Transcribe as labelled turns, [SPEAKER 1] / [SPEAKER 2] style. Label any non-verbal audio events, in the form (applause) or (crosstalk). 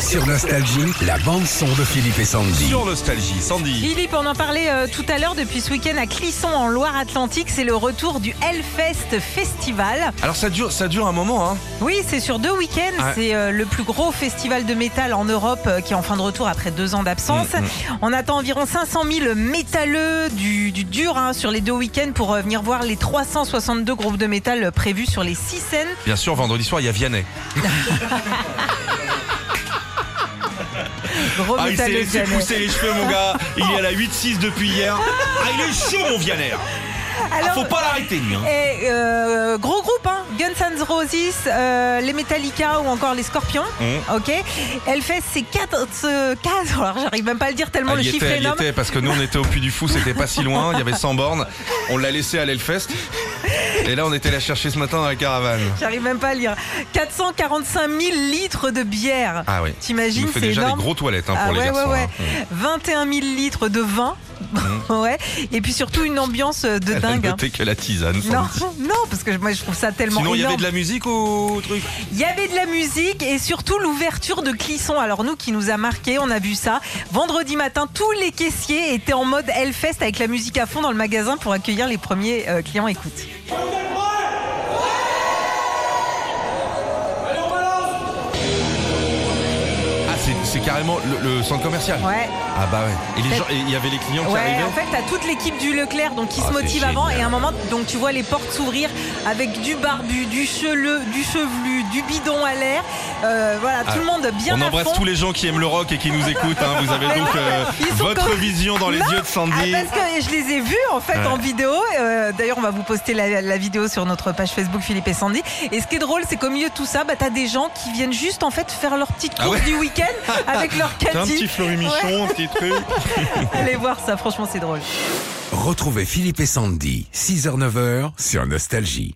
[SPEAKER 1] Sur Nostalgie, la bande-son de Philippe et Sandy.
[SPEAKER 2] Sur Nostalgie, Sandy.
[SPEAKER 3] Philippe, on en parlait euh, tout à l'heure depuis ce week-end à Clisson en Loire-Atlantique. C'est le retour du Hellfest Festival.
[SPEAKER 2] Alors ça dure, ça dure un moment, hein.
[SPEAKER 3] Oui, c'est sur deux week-ends.
[SPEAKER 2] Ouais.
[SPEAKER 3] C'est euh, le plus gros festival de métal en Europe euh, qui est en fin de retour après deux ans d'absence.
[SPEAKER 2] Mm, mm.
[SPEAKER 3] On attend environ 500 000 métalleux du, du dur hein, sur les deux week-ends pour euh, venir voir les 362 groupes de métal euh, prévus sur les six scènes.
[SPEAKER 2] Bien sûr, vendredi soir, il y a Vianney.
[SPEAKER 3] Oh, Gros
[SPEAKER 2] Ah, il s'est
[SPEAKER 3] métalleux
[SPEAKER 2] laissé
[SPEAKER 3] viennent.
[SPEAKER 2] pousser les cheveux, mon gars. Il est à la 8-6 depuis hier. Ah, il est chaud, mon Vianney. Ah,
[SPEAKER 3] Alors,
[SPEAKER 2] faut pas l'arrêter, lui. hein.
[SPEAKER 3] Et euh, gros groupe, hein. Guns N' Roses, euh, les Metallica ou encore les Scorpions.
[SPEAKER 2] Mm.
[SPEAKER 3] Ok. Hellfest, c'est 4. (laughs) alors j'arrive même pas à le dire tellement
[SPEAKER 2] Ah,
[SPEAKER 3] le
[SPEAKER 2] il
[SPEAKER 3] chiffre
[SPEAKER 2] était,
[SPEAKER 3] est
[SPEAKER 2] il
[SPEAKER 3] énorme.
[SPEAKER 2] était, parce que nous on était au Puy du Fou, c'était pas si loin, il y avait 100 bornes, on l'a laissé à l'Elfest, et là on était la chercher ce matin dans la caravane.
[SPEAKER 3] J'arrive même pas à le lire. 445 000 litres de bière.
[SPEAKER 2] Ah oui. Il
[SPEAKER 3] T'imagines,
[SPEAKER 2] nous fait
[SPEAKER 3] c'est
[SPEAKER 2] déjà
[SPEAKER 3] énorme.
[SPEAKER 2] des gros toilettes hein, pour
[SPEAKER 3] Ah
[SPEAKER 2] les
[SPEAKER 3] ouais,
[SPEAKER 2] garçons.
[SPEAKER 3] ouais,
[SPEAKER 2] hein. Mm.
[SPEAKER 3] ouais. 21 000 litres de vin. (laughs) ouais. Et puis surtout une ambiance de
[SPEAKER 2] Elle a
[SPEAKER 3] dingue. hein.
[SPEAKER 2] noté que la tisane. sans
[SPEAKER 3] Non,
[SPEAKER 2] doute.
[SPEAKER 3] (laughs) non, parce que moi je trouve ça tellement
[SPEAKER 2] Sinon il y
[SPEAKER 3] énorme.
[SPEAKER 2] avait de la musique au truc.
[SPEAKER 3] Il y avait de la musique et surtout l'ouverture de Clisson. Alors nous qui nous a marqué, on a vu ça. Vendredi matin, tous les caissiers étaient en mode Hellfest avec la musique à fond dans le magasin pour accueillir les premiers euh, clients. Écoute.
[SPEAKER 2] Ah c'est- c'est carrément le, le centre commercial.
[SPEAKER 3] Ouais.
[SPEAKER 2] Ah bah ouais. Et les gens, et il y avait les clients qui
[SPEAKER 3] Ouais,
[SPEAKER 2] arrivaient.
[SPEAKER 3] en fait, t'as toute l'équipe du Leclerc donc qui
[SPEAKER 2] Ah,
[SPEAKER 3] se
[SPEAKER 2] c'est
[SPEAKER 3] motive avant
[SPEAKER 2] génial.
[SPEAKER 3] et à un moment, donc tu vois les portes s'ouvrir avec du barbu, du chevelu, du chevelu, du bidon à l'air. Euh, voilà,
[SPEAKER 2] Ah,
[SPEAKER 3] tout le monde bien
[SPEAKER 2] On
[SPEAKER 3] à
[SPEAKER 2] embrasse
[SPEAKER 3] fond.
[SPEAKER 2] tous les gens qui aiment le rock et qui nous écoutent. hein. Vous avez
[SPEAKER 3] Mais
[SPEAKER 2] donc
[SPEAKER 3] non,
[SPEAKER 2] euh,
[SPEAKER 3] (laughs) ils sont
[SPEAKER 2] votre
[SPEAKER 3] comme-
[SPEAKER 2] vision dans les
[SPEAKER 3] Non,
[SPEAKER 2] yeux de
[SPEAKER 3] Ah,
[SPEAKER 2] Sandy.
[SPEAKER 3] parce que je les ai vus en fait
[SPEAKER 2] Ouais.
[SPEAKER 3] en vidéo. Euh, D'ailleurs, on va vous poster la, la vidéo sur notre page Facebook Philippe et Sandy. Et ce qui est drôle, c'est qu'au milieu de tout ça, bah, t'as des gens qui viennent juste en fait faire leur petite course
[SPEAKER 2] Ah ouais. (laughs)
[SPEAKER 3] du week-end avec leur
[SPEAKER 2] T'as un petit
[SPEAKER 3] caddie.
[SPEAKER 2] fleurimichon, un petit truc.
[SPEAKER 3] Allez voir ça, franchement, c'est drôle.
[SPEAKER 1] Retrouvez Philippe et Sandy, 6h-9h, sur Nostalgie.